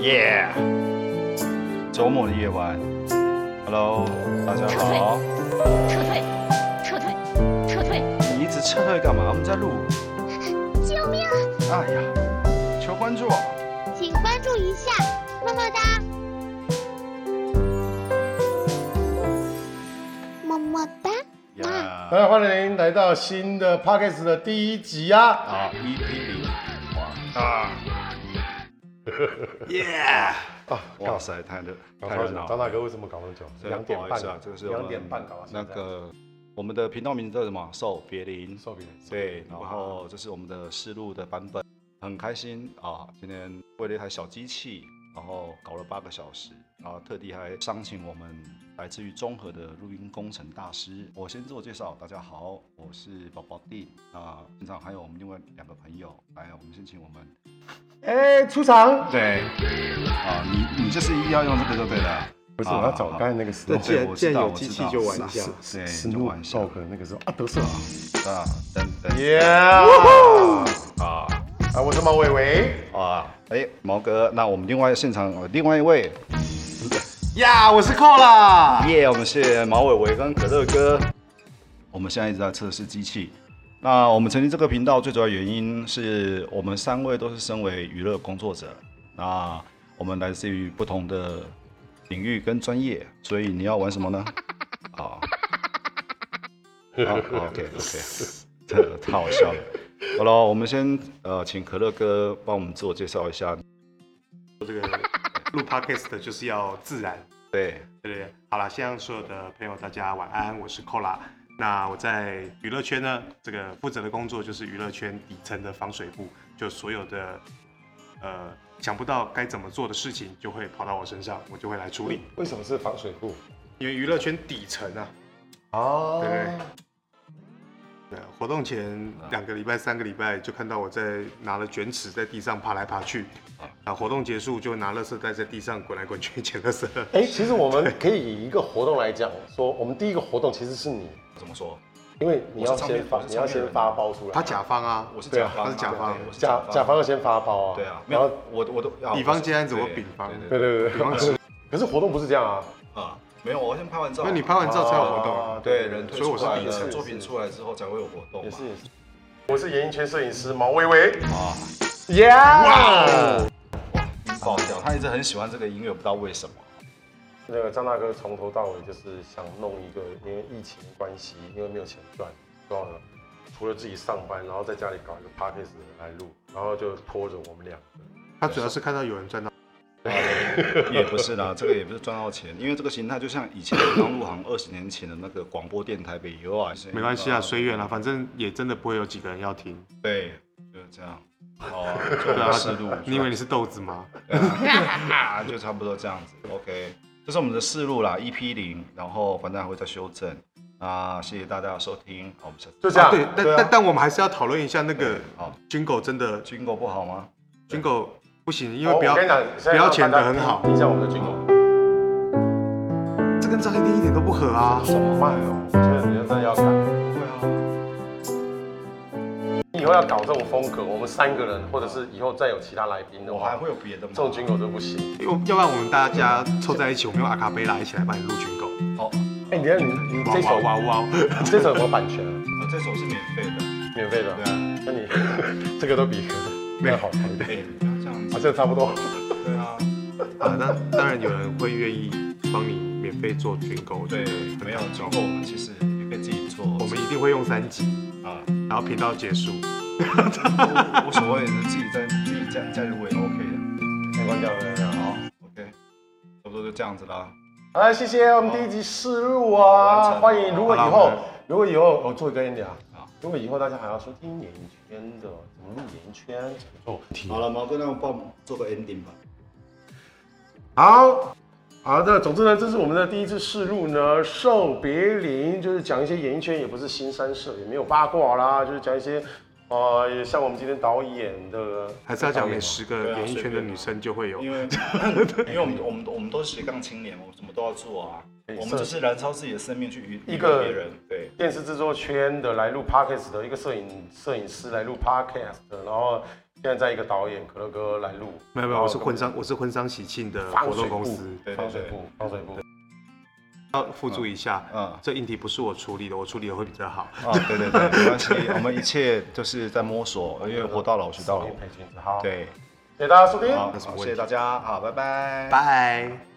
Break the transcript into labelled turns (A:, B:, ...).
A: 耶！周末的夜晚，Hello，大家好。
B: 撤退，撤退，撤退！
A: 你一直撤退干嘛？我们在录。
B: 救命！啊
A: 哎呀，求关注。
B: 请关注一下，么么哒，么么哒。
A: 呀
C: 大家欢迎来到新的 podcast 的第一集啊！
A: 啊，EP 零。哇 啊！耶！
C: 啊，
A: 哇塞，太热，太热闹
C: 张
A: 了。
C: 大哥为什么搞那么久？
A: 这个
C: 两点
A: 不好意
C: 半
A: 思啊，这个是我们
C: 两点半搞到现在
A: 那个我们的频道名字叫什么？兽别林。
C: 受不了。
A: 对，然后这是我们的试录的版本，很开心啊！今天为了一台小机器，然后搞了八个小时，然后特地还商请我们来自于综合的录音工程大师。我先自我介绍，大家好，我是宝宝弟。那现场还有我们另外两个朋友，来，我们先请我们
C: 哎，出场！
A: 对啊，你你就是要用这个就对了。
C: 不是，
A: 啊
C: 我要找刚才那个时候
A: 对，
D: 既然
A: 我
D: 既
A: 知
D: 然
A: 道，
D: 有
A: 我
D: 机
A: 知
D: 器
A: 道，
D: 就玩一下
A: 对，
C: 是
A: 就
C: 录
A: 玩一下
C: dog 那个时候啊，得瑟。
A: 啊，等等
C: Yeah！
A: 啊。
C: 啊，我是毛伟伟。
A: 啊，哎，毛哥，那我们另外现场呃另外一位，
D: 呀，我是扣啦。
A: 耶、我们是毛伟伟跟可乐哥。我们现在一直在测试机器。那我们成立这个频道最主要原因是我们三位都是身为娱乐工作者，那我们来自于不同的领域跟专业，所以你要玩什么 呢？啊，好，OK OK，这 太好笑了。好了，我们先呃，请可乐哥帮我们自我介绍一下。
D: 这个录 podcast 就是要自然，
A: 对，
D: 对不对？好啦，向所有的朋友大家晚安，我是扣啦。那我在娱乐圈呢，这个负责的工作就是娱乐圈底层的防水部，就所有的呃想不到该怎么做的事情，就会跑到我身上，我就会来处理。
C: 为什么是防水布？
D: 因为娱乐圈底层啊，
C: 哦
D: 对对，活动前两个礼拜、三个礼拜就看到我在拿了卷尺在地上爬来爬去，啊，活动结束就拿垃圾袋在地上滚来滚去捡垃圾。
C: 哎，其实我们可以以一个活动来讲，说我们第一个活动其实是你，
A: 怎么说？
C: 因为你要
A: 我是唱片
C: 先发
A: 我，是
C: 你要
A: 唱片
C: 先
A: 人
C: 发包出来。
D: 他甲方啊，
A: 我是
C: 对
A: 甲
C: 啊
A: 方啊，
D: 他是甲方
A: 对我是
C: 甲甲方要先发包啊。
A: 对啊，没
C: 然后
A: 有，我我都啊
D: 乙方
A: 我是
D: 接案子我
A: 对
D: 丙方
A: 对
C: 对
A: 对
C: 对对对。可是活动不是这样啊。
A: 对啊，没有，我先拍完照，
D: 因为你拍完照才有活动啊。
C: 啊
A: 对人退
D: 所以我是
A: 出来
D: 第一
A: 了
D: 次
A: 作品出来之后才会有活动
C: 也
A: 嘛
C: 是，也是。我是演艺圈摄影师毛薇薇。
A: 啊，
C: 耶！哇！
A: 爆掉，他一直很喜欢这个音乐，不知道为什么。
C: 那个张大哥从头到尾就是想弄一个，因为疫情关系，因为没有钱赚，然后除了自己上班，然后在家里搞一个 podcast 来录，然后就拖着我们俩。
D: 他主要是看到有人赚到，
A: 也不是啦，这个也不是赚到钱，因为这个形态就像以前我刚入行二十年前的那个广播电台北邮啊，
D: 没关系啊，随缘啊，反正也真的不会有几个人要听。
A: 对，就是这样。哦，就
C: 啊
A: 不要思路，
D: 啊你以为你是豆子吗？
A: 啊，就差不多这样子。OK，这是我们的试录啦，EP 零，然后反正还会再修正。啊，谢谢大家的收听，好我们下次
C: 就这样。
D: 哦对，但
C: 啊
D: 但但我们还是要讨论一下那个
A: 好，
D: 军狗真的
A: 军狗不好吗？
D: 军狗不行，因为不要
C: 哦我跟你讲，
D: 不要钱的很好，
C: 你讲我们的军狗
D: 这跟张一丁一点都不合啊。
C: 怎么办哦？我觉得人家真的要改。
A: 会啊，
C: 以后要搞这种风格，我们三个人，或者是以后再有其他来宾的
A: 我还
C: 话，
A: 会有别的吗？
C: 这种军狗就不行。
D: 要要不然我们大家凑在一起，我们用阿卡贝拉一起来帮你录军狗。
A: 哦，
C: 哎，你看你你这首
D: 哇哇哇！
C: 你这首有没有版权啊？
A: 我这首是免费的，
C: 免费的啊
A: 对。啊，
C: 那你 这个都比那个好看一点，
A: 哎，不要这样
C: 好
A: 子，
C: 像差不多。
A: 对啊，
D: 啊，那当然有人会愿意帮你免费做军购，我觉
A: 对
D: 得，
A: 没有，今后我们其实也可以自己做，
D: 我们一定会用三集，
A: 啊，
D: 然后频道结束。
A: 无所谓，自己在自己加加入我也 OK 的，
C: 没关系，
A: 啊
C: 没关系。
A: 好，OK，差不多就这样子啦，
C: 好了，谢谢我们第一集试录啊，
A: 好
C: 欢迎。如果以
D: 好
C: 后
D: 啦我们，
C: 如果以后我做一个 end 啊
A: 好，
C: 如果以后大家还要说听演艺圈的，怎么录演艺圈，哦，题。
A: 好了，毛哥，那我帮我们做个 ending 吧，
C: 好。好的，总之呢，这是我们的第一次试录呢，寿别林就是讲一些演艺圈，也不是新三社，也没有八卦啦，就是讲一些，呃，也像我们今天导演的，
D: 还是要讲
C: 导演
D: 每
C: 吗
D: 十个
A: 啊
D: 演艺圈的女生就会有。
A: 因为因为我们我们我们都是斜杠青年，我们什么都要做啊，我们只是燃烧自己的生命去娱
C: 一
A: 娱
C: 个
A: 乐别人，对，
C: 电视制作圈的来录 podcast 的一个摄影摄影师来录 podcast，的然后现在在一个导演可乐哥来录，
D: 没有
A: 哦
C: 然
D: 没有，
C: 后
D: 我是婚丧我是婚丧喜庆的
C: 放
D: 活动
C: 水
D: 公
C: 部
D: 司。
A: 对
C: 放水部，放水部。
D: 要附注一下，
A: 嗯
D: 这硬题不是我处理的，我处理的会比较好。
A: 啊，对对对，没关系，我们一切就是在摸索，因为活到老学到老
C: 少。年陪君子，好，，
A: 对，
C: 谢谢大家收听。
A: 好，好谢谢大家，好，拜拜。
D: 拜。